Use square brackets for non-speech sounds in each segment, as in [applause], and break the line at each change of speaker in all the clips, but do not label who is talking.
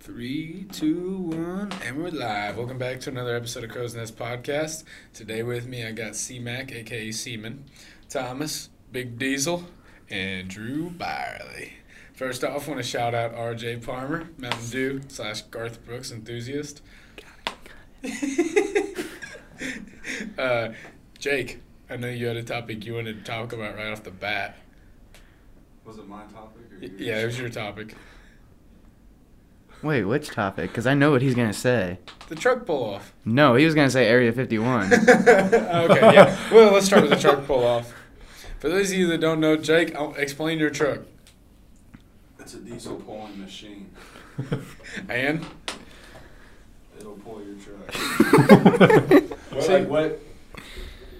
Three, two, one, and we're live. Welcome back to another episode of Crow's Nest Podcast. Today with me, I got C Mac, aka Seaman, Thomas, Big Diesel, and Drew Byerly. First off, want to shout out RJ Palmer, Mountain Dew slash Garth Brooks enthusiast. [laughs] uh, Jake, I know you had a topic you wanted to talk about right off the bat.
Was it my topic? Or
Y-
yours?
Yeah, it was your topic.
Wait, which topic? Because I know what he's gonna say.
The truck pull off.
No, he was gonna say Area 51.
okay, yeah. Well, let's start with the truck pull off. For those of you that don't know, Jake, I'll explain your truck.
It's a diesel pulling machine.
And
It'll pull your
[laughs]
truck.
What-
what,
like,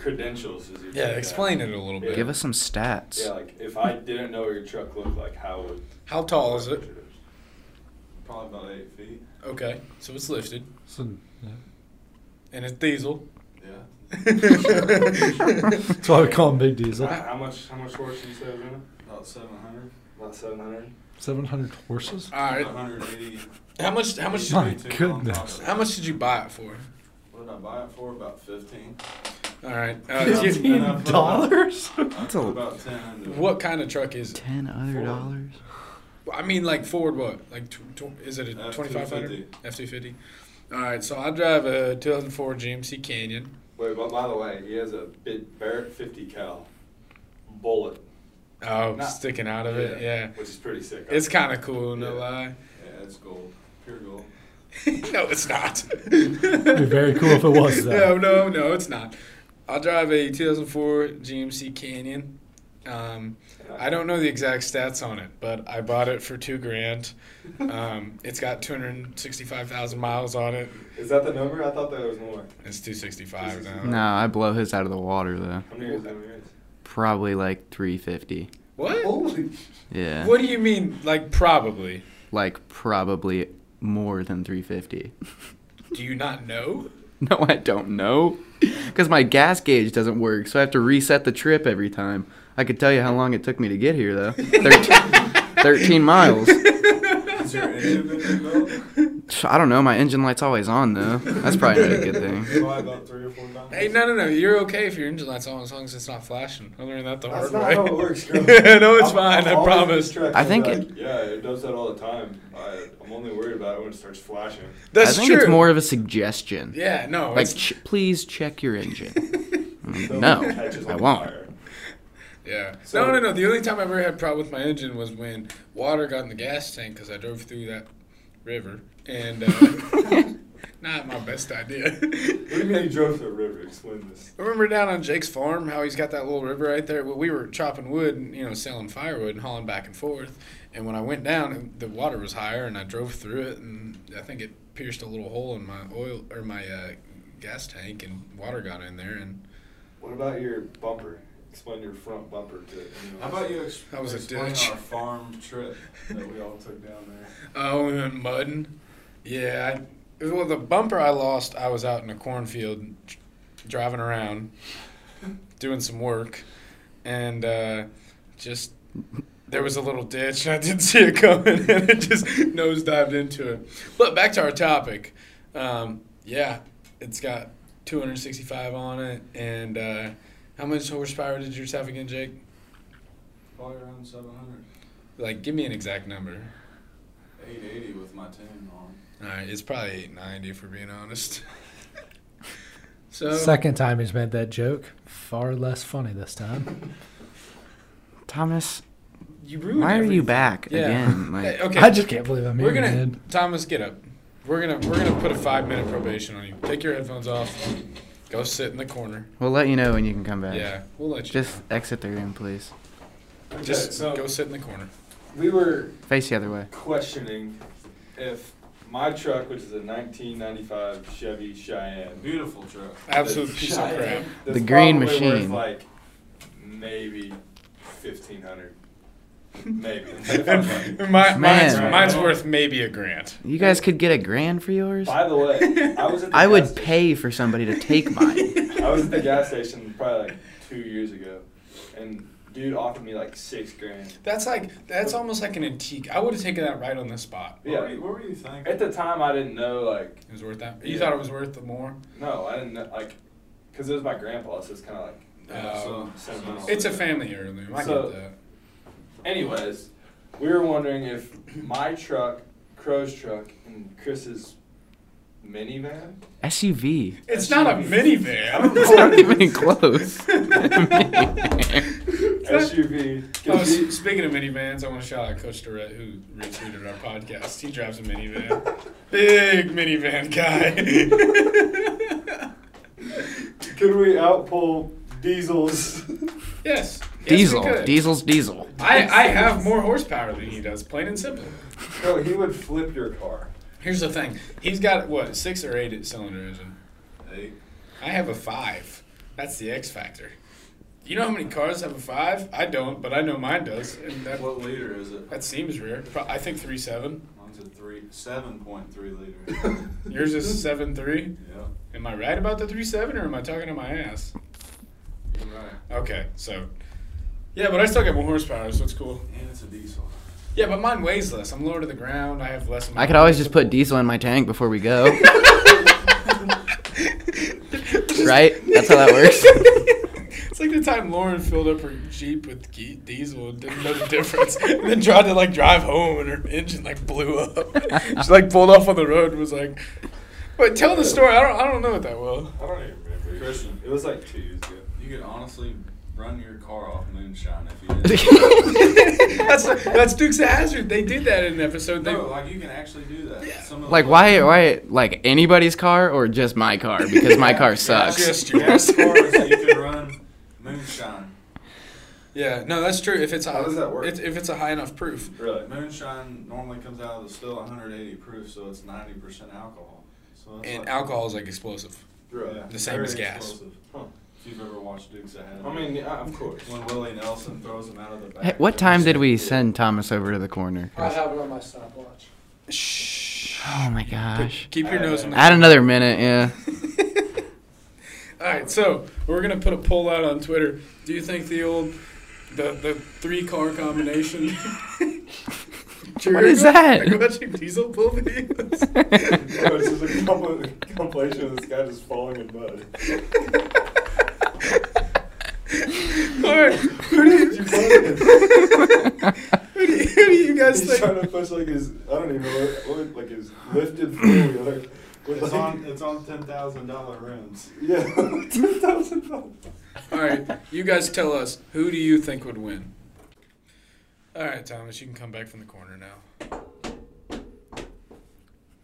credentials is your
yeah, explain it a little bit.
Give us some stats.
Yeah, like if I didn't know what your truck looked like, how would
How tall is it?
Probably about eight feet.
Okay, so it's lifted
So, yeah.
and it's diesel.
Yeah.
[laughs]
That's why we call him Big Diesel.
How, how much? How much horse you said, Bruno?
About 700.
About seven hundred.
700 horses?
All right.
180.
How much? How much?
My
Did,
goodness.
how much did you buy it for?
What did I buy it for? About 15.
All right.
[laughs]
Uh, you-
Fifteen.
dollars?
That's
a-
about 10 into it.
what kind of truck is it?
Ten other
Four.
dollars.
I mean, like Ford, what? Like, tw- tw- is it a
F250.
twenty five hundred F two fifty? All right. So I drive a two thousand four GMC Canyon.
Wait, but by the way, he has a big Barrett 50 cal bullet,
Oh,
Not-
sticking out of it. Yeah.
which is pretty sick.
It's kind of cool, no
Yeah.
lie. [laughs]
Yeah, it's gold. Pure gold.
no, it's not.
be very cool if it was,
No,
though.
no, no, it's not. I drive a 2004 GMC Canyon. Um, I don't know the exact stats on it, but I bought it for two grand.
[laughs]
Um, it's got 265,000 miles on it.
Is that the number? I thought there was more.
It's 265 now.
No, I blow his out of the water though.
How many years? How many years?
Probably like 350.
What?
Holy!
Yeah.
What do you mean, like, probably?
Like probably more than 350.
Do you not know?
[laughs] no, I don't know. Because my gas gauge doesn't work, so I have to reset the trip every time. I could tell you how long it took me to get here though. 13, 13 miles.
Is your engine been rebuilt?
I don't know. My engine light's always on though. That's probably not a good thing.
Probably about
[laughs]
three or four times.
Hey, no, no, no. You're okay if your engine light's on as long as it's not flashing. I learned that the
That's
hard
not
way.
how
[laughs]
it works, girl.
no, it's
I'm-
fine.
I'm
I
always
promise.
distracted
I think
by-
it-
Yeah, it does that all the time. I, I'm only worried about it when it starts flashing.
That's
I think
true.
it's more of a suggestion.
Yeah, no.
Like,
it's-
ch- please check your engine. Mm,
So it catches
no,
on
I won't.
fire.
[laughs] Yeah.
So-
no, no, no. The only time I ever had a problem with my engine was when water got in the gas tank because I drove through that river, and uh,
[laughs]
not my best idea.
What do you mean you drove to the river? Explain this.
Remember down on Jake's farm how he's got that little river right there? Well, we were chopping wood and you know selling firewood and hauling back and forth. And when I went down, the water was higher, and I drove through it, and I think it pierced a little hole in my oil or my uh, gas tank, and water got in there, and
What about your bumper? Explain your front bumper to anyone.
How about you ex-
That was a
explain
ditch.
our farm trip that we all took down
[laughs]
there?
Oh, and then mudding. Yeah. I, well, the bumper I lost, I was out in a cornfield dr- driving around, doing some work, and uh, just there was a little ditch, [laughs] and I didn't see it coming, [laughs] and it just nosedived into it. But back to our topic. Um, yeah, it's got 265 on it, and uh, how much horsepower did yours have again, Jake?
Probably around 700.
Like, give me an exact number.
880 with my tune on.
All right, it's probably 890 for being honest. [laughs] so
Second time he's made that joke. Far less funny this time.
Thomas,
you ruined
why are you
everything.
back
Yeah.
again?
[laughs]
Like,
Hey, okay.
I just can't believe I'm here,
We're gonna
man.
Thomas get up. We're gonna we're gonna put a five minute probation on you. Take your headphones off. Go sit in the corner.
we'll let you know when you can come back.
Yeah, we'll let you.
Just exit the room, please.
Okay,
just
so
go sit in the corner.
we were
Face the other way.
questioning if my truck, which is a 1995 Chevy Cheyenne,
Beautiful truck.
Absolute
that's-
piece of crap.
that's
The green
probably worth,
machine.
like maybe
[laughs]
1500,
[laughs]
maybe.
And [laughs] my, mine's,
Man.
mine's worth maybe a grand.
You guys could get a grand for yours?
By the way, I was at the
I
gas
would
station-
pay
[laughs]
for
[laughs]
somebody to take mine.
I was at the gas station probably like two years ago, and dude offered me like six grand.
That's like that's almost like an antique. I would have taken that right on the spot.
What, were
Yeah.
you, what were you thinking?
At the time, I didn't know like
It was worth that. You
Yeah.
thought it was worth the more.
no, I didn't know, like because it was my grandpa, so it's kind of like
Uh,
Oh, so,
sentimental.
It's a family heirloom. I
So-
get that.
Anyways, we were wondering if my truck, Crow's truck, and Chris's minivan.
SUV.
It's not a
[laughs]
minivan.
It's not
[laughs]
even close.
SUV.
Oh,
Cause
s- speaking of minivans, I want to shout out Coach Durrett who retweeted our podcast. He drives a minivan. Big minivan guy.
we- could we outpull [laughs] diesels?
[laughs] yes.
Diesel.
Yes, we could.
Diesel's diesel.
I, I have more horsepower than he does, plain and simple.
no, he would flip your car.
Here's the thing. He's got what, six or eight cylinder engine.
Eight.
I have a five. That's the X factor. You know how many cars have a five? I don't, but I know mine does. And that,
What liter is it?
that seems rare. Pro- I think three seven.
Mine's a three, seven point
[laughs]
three liter.
Yours is seven three.
yeah,
Am I right about the three seven, or am I talking to my ass?
you're right.
Okay, so yeah, but I still get more horsepower, so it's cool.
And it's a diesel.
Yeah, but mine weighs less. I'm lower to the ground. I have less. of my-
I could always just put diesel in my tank before we
[laughs] [laughs]
go. right? That's how that works.
It's like the time Lauren filled up her Jeep with ge- diesel and didn't know the
[laughs]
difference, and then tried to like drive home, and her engine like blew up. she like pulled off on the road and was like, "But tell the story. I don't, I don't know it that well."
I don't even remember.
Christian.
It was like two years ago.
You could honestly run your car off moonshine if you didn't.
that's that's Dukes of Hazard. They did that in an episode. They,
no, like you can actually do that. Some of
Like
the-
why why like anybody's car or just my car because [laughs] my car sucks.
Just
[laughs]
Yeah,
yours.
as far as you can run moonshine.
yeah, no, that's true. If it's high,
How does that work?
It's, if it's a high enough proof.
Really?
Moonshine normally comes out of the still 180 proof, so it's 90% alcohol. So that's
And
like-
alcohol is like explosive.
Really?
Yeah,
the same
very
as gas.
explosive.
Huh.
If you've ever watched Dukes of Hazzard.
I mean, yeah, of course.
when Willie Nelson throws him out of the back.
Hey, What time did
[laughs]
we send Thomas over to the corner?
I have it on my stopwatch.
Shh.
Oh my gosh.
Keep your nose on the.
Add another minute, yeah.
All right, so we're gonna put a poll out on Twitter. Do you think the old, the the three car combination?
What is that?
Like watching diesel pull videos.
[laughs]
No, it's just a compl- compilation of this guy just falling in
[laughs]
mud.
All right, who do you, who do you, who do you guys
He's trying
think?
to push like his, I don't even know what, what like his lifted four-wheeler. with,
It's
like-
on, it's on $10,000 rims.
Yeah, [laughs] ten thousand dollars.
All right, you guys tell us who do you think would win? All right, Thomas, you can come back from the corner now.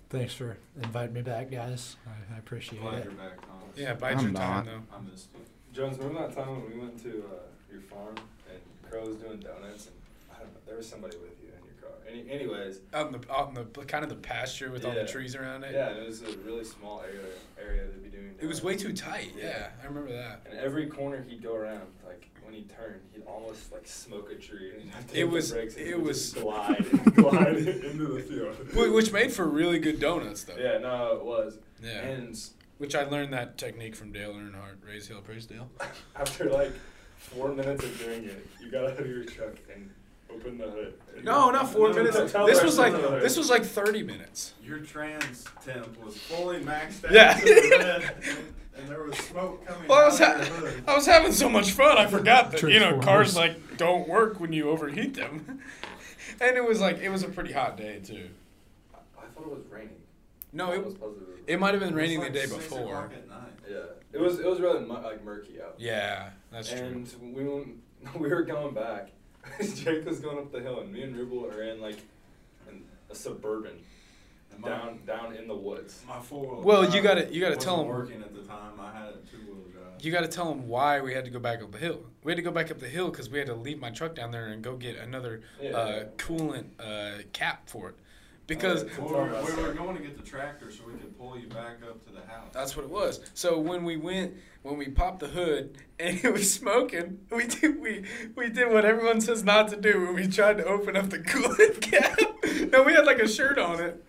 Thanks for inviting me back, guys. I, I appreciate
Glad
it.
you're back, Thomas.
Yeah, bide
I'm
your time
not.
though.
I missed you.
Jones, remember that time when we went to uh, your farm and Crow was doing donuts and I don't know, there was somebody with you in your car. Any, anyways,
Out in the out in the kind of the pasture with all the
Yeah.
trees around it.
yeah, and it was a really small area area to be doing.
It was
donuts.
way too tight. Yeah,
Yeah.
I remember that.
And every corner he'd go around, like when he turned, he'd almost like smoke a tree. And he'd have to
It
hit the
was-
brakes and
it
he would
was-
just glide, and [laughs]
[laughs]
glide into the
Wh-
field.
Which made for really good donuts, though.
[laughs] Yeah, no, it was.
Yeah.
And
Which I learned that technique from Dale Earnhardt, raise hell, praise Dale.
after like four minutes of doing it, you got out of your truck and opened the hood.
No, not four
No,
minutes.
no,
tell
This
the
was like
rest of the-
this was like thirty minutes.
Your trans temp was fully maxed out.
Yeah.
to the red, [laughs] and, and there was smoke coming
Well, I
out
was,
of
ha-
your hood.
I was having so much fun, I forgot that you know
Transformers.
cars like don't work when you overheat them, [laughs] and it was like it was a pretty hot day too.
I I thought it was raining.
No,
I
it
was positive. was
it might have been
It's
raining
like
the day
six
before.
o'clock at night.
Yeah, it was. It was really mu- like murky out.
Yeah, that's true.
and we went, [laughs] we were going back. [laughs] Jake was going up the hill, and me and Rubel are in like in a suburban
And my-
down down in the woods.
My four.
Well, you gotta- you gotta tell 'em.
Working at the time, I had a two wheel drive.
You got to tell them why we had to go back up the hill. We had to go back up the hill because we had to leave my truck down there and go get another uh,
Yeah.
coolant uh, cap for it. Because
Oh, yeah.
we, were, we were going to get the tractor so we could pull you back up to the house.
That's what it was. So when we went, when we popped the hood [laughs] and it was smoking, we did we we did what everyone says not to do when we tried to open up the [laughs] coolant cap. no, we had like a shirt on it.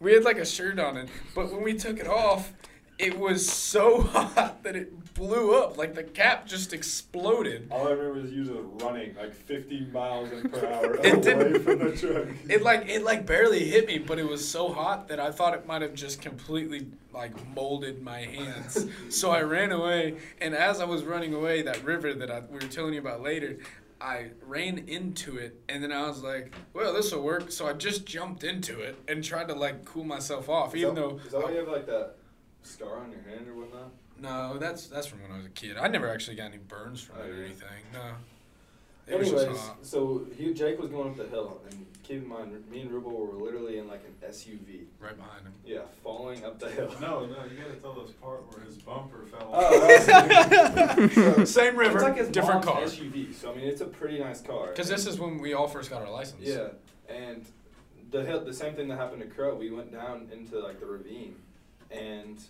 We had like a shirt on it, but when we took it off, it was so [laughs] hot that it blew up. Like the cap just exploded.
All I remember is you just running like 50 miles [laughs] per hour
It
away
didn't-
from the [laughs] truck.
It like it like barely hit me, but it was so hot that I thought it might have just completely like molded my
[laughs]
hands. so I ran away, and as I was running away, that river that I, we were telling you about later, I ran into it, and then I was like, "Well, this will work." So I just jumped into it and tried to like cool myself off, even
that-
though
is that why you have like that scar on your hand or whatnot?
no, that's that's from when I was a kid. I never actually got any burns from it or anything. No, it was
Oh, Anyways,
just hot.
so he, Jake was going up the hill, and keep in mind, me and Rubel were literally in like an SUV.
right behind him. [laughs]
Yeah, falling up the hill.
No, no, you gotta tell this part where his bumper fell
Oh,
[laughs]
[laughs]
off.
Same river,
it's like his
different
mom's
car.
SUV, so I mean, it's a pretty nice car.
Because this is when we all first got our license.
Yeah, and the hill, the same thing that happened to Crow. We went down into like the ravine, and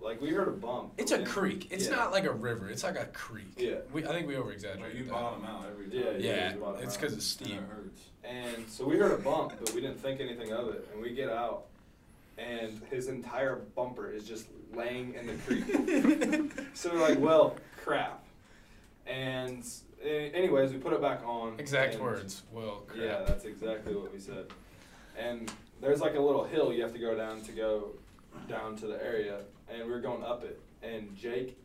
like we heard a bump.
It's a
and-
creek. It's
yeah.
not like a river. It's like a creek.
Yeah.
We, I think we over
Like,
exaggerated.
you bottom out every time.
Yeah, yeah,
Yeah,
you bottom
it's
out.
because it's steep.
And it hurts.
And so we heard a bump, but we didn't think anything of it. And we get out, and his entire bumper is just laying in the
[laughs]
creek. so we're like, well, crap. And a- anyways, we put it back on.
Exact
and-
words. Well,
Yeah,
crap.
that's exactly what we said. And there's like a little hill you have to go down to go down to the area, and we were going up it. And Jake,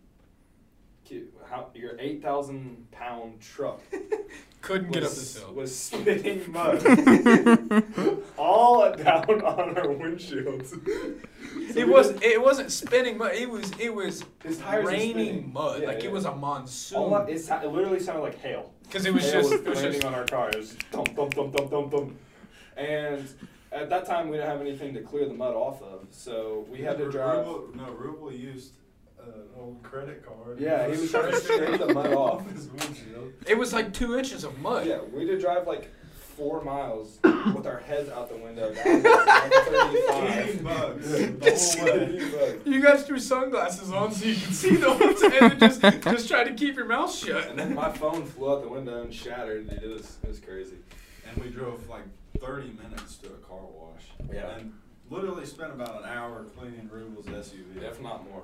ki- how, your 8,000 pound truck
[laughs] Couldn't get up
was-
this hill.
Was spitting mud
[laughs]
all down on our windshields. So
it
we
was.
just-
It wasn't spinning mud. It was. It was
His tires were
raining
spinning.
mud.
Yeah,
like it
yeah.
was a
all I- it,
monsoon.
sou- it literally sounded like hail.
Because it was
hail
just.
was
It was
landing
just
on our car. It was thump thump thump thump thump thump. And at that time, we didn't have anything to clear the mud off of, so we had to
Ru-
drive.
Rubel, no, Rubel used uh, an old credit card.
Yeah, he was
[laughs]
trying to scrape the mud off. [laughs]
his windshield.
it was like two inches of mud.
Yeah, we had to drive like four miles with our heads out the window. Down to, like, 35. [laughs]
Eating bugs the whole way.
Eating bugs.
You guys threw sunglasses on so you could see the whole time and just just try to keep your mouth shut.
And then my phone flew out the window and shattered. It was it was crazy.
And we drove like 30 minutes to a car wash.
Yeah.
And literally spent about an hour cleaning Rubel's SUV.
If not more.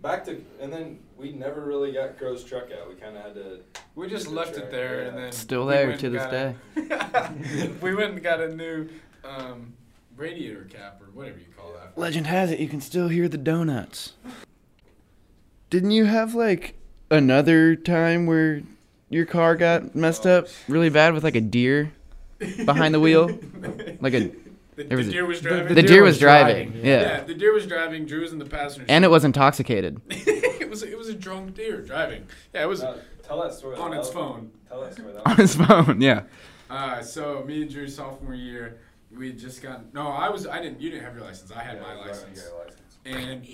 Back to and then we never really got Crow's truck out. We kind of had to.
We just left it there and then
Still
we
there
went
to
and
this
got a- [laughs] we went and got a new um, radiator cap or whatever you call that.
Legend has it you can still hear the donuts. Didn't you have like another time where your car got messed up really bad with like a deer behind
[laughs]
the wheel? Like a
The,
There was
the
a-
deer was driving.
the deer was driving.
Yeah.
Yeah.
the deer was driving. Drew was in the passenger.
And
seat.
it was intoxicated. [laughs]
[laughs] it was it was a drunk deer driving. Yeah, it was
No, tell that story.
on
that
its
was-
phone.
Tell
[laughs]
that story. That
On
was,
his phone, yeah.
Uh, so me and Drew sophomore year, we just got no. I was I didn't. You didn't have your license. I had
yeah,
my
it was right, you
license.
got your license.
And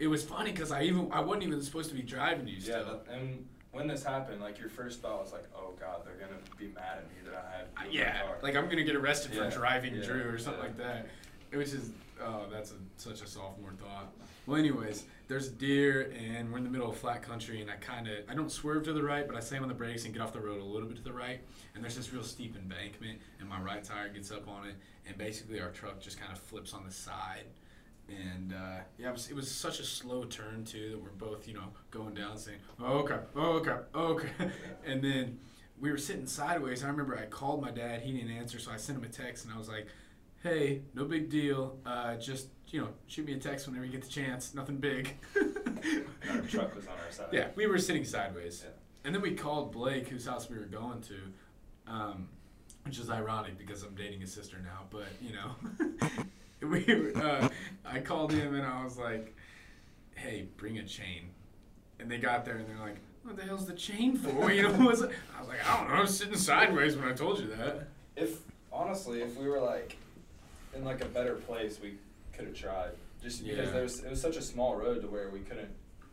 it was funny because I even I wasn't even supposed to be driving you.
Yeah,
Still.
that, and when this happened, like your first thought was like, "Oh God, they're gonna be mad at me that I had."
I-
my
Uh, yeah,
car."
like I'm gonna get arrested
Yeah,
for driving
yeah,
Drew or something
yeah.
like that. It was just, oh, that's a, such a sophomore thought. Well, anyways, there's deer and we're in the middle of flat country, and I kind of I don't swerve to the right, but I slam on the brakes and get off the road a little bit to the right, and there's this real steep embankment, and my right tire gets up on it, and basically our truck just kind of flips on the side. And uh, yeah, it was, it was such a slow turn too that we're both, you know, going down saying, "Oh crap! Oh crap! Oh crap!" [laughs] And then we were sitting sideways. I remember I called my dad. He didn't answer, so I sent him a text, and I was like, "Hey, no big deal. Uh, just you know, shoot me a text whenever you get the chance. Nothing big." [laughs]
And our truck was on our side.
yeah, we were sitting sideways,
Yeah.
and then we called Blake, whose house we were going to, um, which is ironic because I'm dating his sister now. But you know, [laughs] we were- uh, I called him and I was like, "Hey, bring a chain." And they got there and they're like, "What the hell's the chain for?" [laughs] You know, what was it? I was like, "I don't know. I was sitting sideways when I told you that."
If honestly, if we were like in like a better place, we could have tried. Just because
Yeah.
there was, it was such a small road to where we couldn't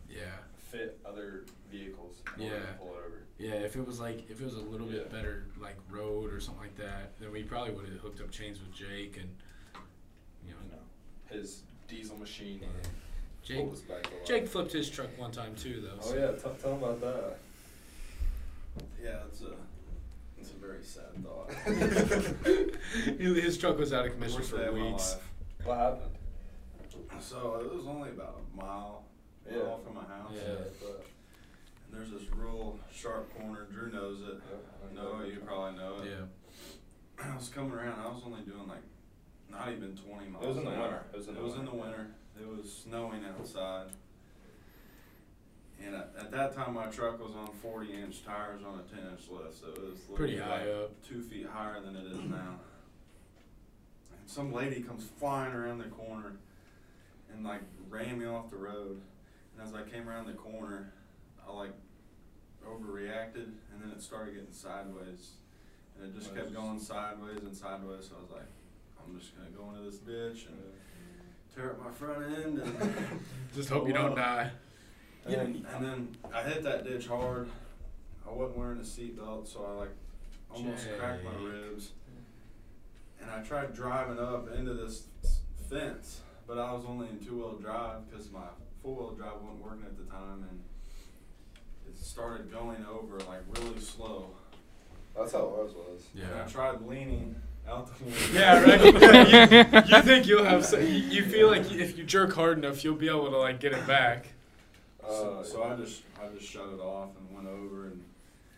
Yeah.
fit other vehicles. in order to
Yeah.
Pull it over.
Yeah, if it was like if it was a little bit
Yeah.
better like road or something like that, then we probably would have hooked up chains with Jake and you know
You know, his diesel machine.
Jake
was back alive.
Jake flipped his truck one time too though.
Oh yeah, tell tell him about that.
Yeah, it's a, it's a very sad thought.
[laughs]
[laughs]
He- his truck was out of commission
Worst day
for
of my
weeks.
life.
What happened?
So it was only about a mile,
Yeah.
mile from my house.
Yeah.
But,
And there's this real sharp corner. Drew knows it. Noah, you probably know it. I was coming around. I was only doing like not even 20 miles.
was in the
an hour.
winter. It was in the winter.
winter. It was snowing outside. And at, at that time, my truck was on 40 inch tires on a 10 inch lift, so it was
Pretty
literally,
high
like
up.
two feet higher than it is now. And some lady comes flying around the corner and like ran me off the road. And as I came around the corner, I like overreacted, and then it started getting sideways, and it just
Oh,
kept
it's-
going sideways and sideways. So I was like, I'm just gonna go into this ditch and tear up my front end and.
Just hope you don't die.
And, and then I hit that ditch hard. I wasn't wearing a seatbelt, so I like almost cracked my
Jake.
ribs. And I tried driving up into this s- fence, but I was only in two wheel drive because my four wheel drive wasn't working at the time, and it started going over like really slow.
That's how ours was.
And I tried leaning out the window.
[laughs] Yeah, right. you, you think you'll have? So, you, you feel like if you jerk hard enough, you'll be able to like get it back.
So,
Uh,
so I just I just shut it off and went over and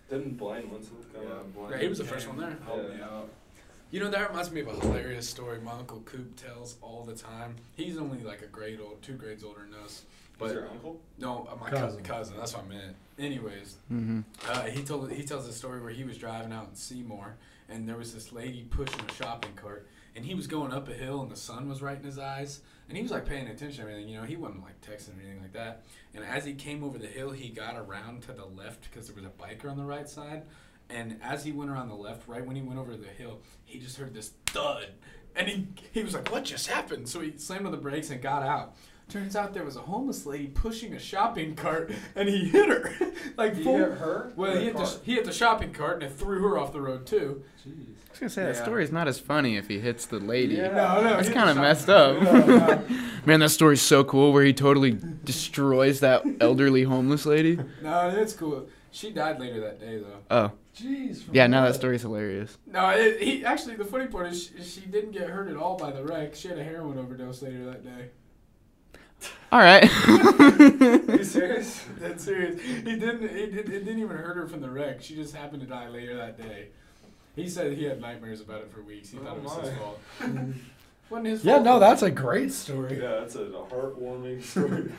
Didn't Blaine Winslow come
yeah,
up?
Blaine
Yeah, he was the first
came,
one there.
Helped me
Yeah.
out.
You know that reminds me of a hilarious story my uncle Coop tells all the time. He's only like a grade old, two grades older than us.
Was
But
your uncle?
no, uh, my
Cousin.
cousin, cousin. That's what I meant. Anyways,
Mm-hmm.
Uh, he told he tells a story where he was driving out in Seymour, and there was this lady pushing a shopping cart, and he was going up a hill, and the sun was right in his eyes, and he was like paying attention to everything. You know, he wasn't like texting or anything like that. And as he came over the hill, he got around to the left because there was a biker on the right side. And as he went around the left, right when he went over the hill, he just heard this thud, and he he was like, "What just happened?" So he slammed on the brakes and got out. Turns out there was a homeless lady pushing a shopping cart, and he hit her [laughs] like full
her?
well, he hit, the, he hit the shopping cart and it threw her off the road too.
Jeez.
I was gonna say that
Yeah.
story's not as funny if he hits the lady.
Yeah.
No, no,
That's
he hit
kind
the
of
shop-
messed up.
Yeah.
[laughs] Man, that story's so cool where he totally destroys that elderly homeless lady.
No, it's cool. She died later that day though.
Oh,
Jeez.
yeah, now that story's hilarious.
No, it, he actually the funny part is she, she didn't get hurt at all by the wreck. She had a heroin overdose later that day.
All right.
Are you serious? [laughs] That's serious. He didn't. It, it, it didn't even hurt her from the wreck. She just happened to die later that day. He said he had nightmares about it for weeks. He thought it was
Oh,
his
my.
fault. [laughs] Wasn't his
Yeah,
fault.
no, that's a great story.
Yeah, that's a, a heartwarming story.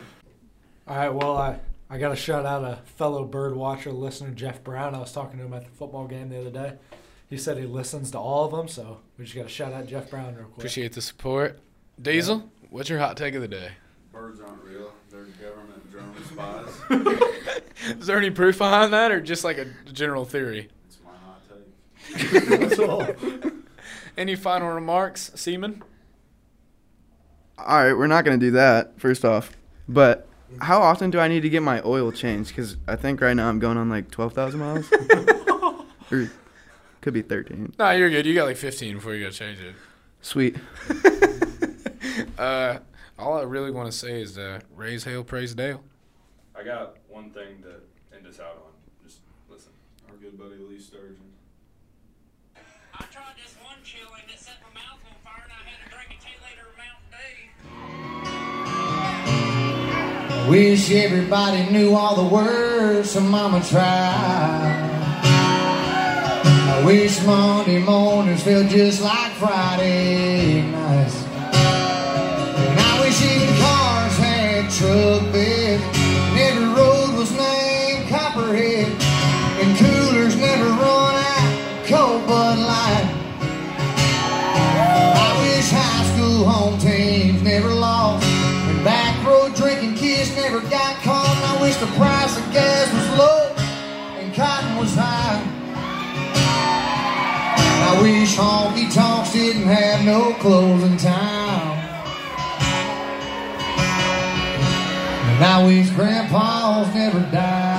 All right, well, I, I got to shout out a fellow bird watcher listener, Jeff Brown. I was talking to him at the football game the other day. [laughs] He said he listens to all of them, so we just got to shout out Jeff Brown real quick.
Appreciate the support. Diesel, what's your hot take of the day?
Birds aren't real. They're government drone spies.
Is there any proof behind that, or just like a general theory?
It's my hot take.
That's all.
Any final remarks, Seaman?
[laughs] All right, we're not gonna do that. First off, but how often do I need to get my oil changed? Because I think right now I'm going on like twelve thousand miles, or could be thirteen.
No, you're good. You got like 15 before you gotta change it.
Sweet.
Uh, all I really want to say is uh, raise hail, praise Dale.
[laughs] I got one thing to end us out on. Just listen.
Our good buddy Lee Sturgeon.
I tried this one chili that set my mouth on fire and I had to drink a 10 liter of Mountain Dew.
Wish everybody knew all the words so mama tried. I wish Monday mornings felt just like Friday nights. And I wish even cars had truck bed. And every road was named Copperhead. And coolers never run out of cold Bud Light. I wish high school home teams never lost. And back road drinking kids never got caught. And I wish the price of gas was low and cotton was high. I wish honky tonks didn't have no closing time. And I wish grandpas never died.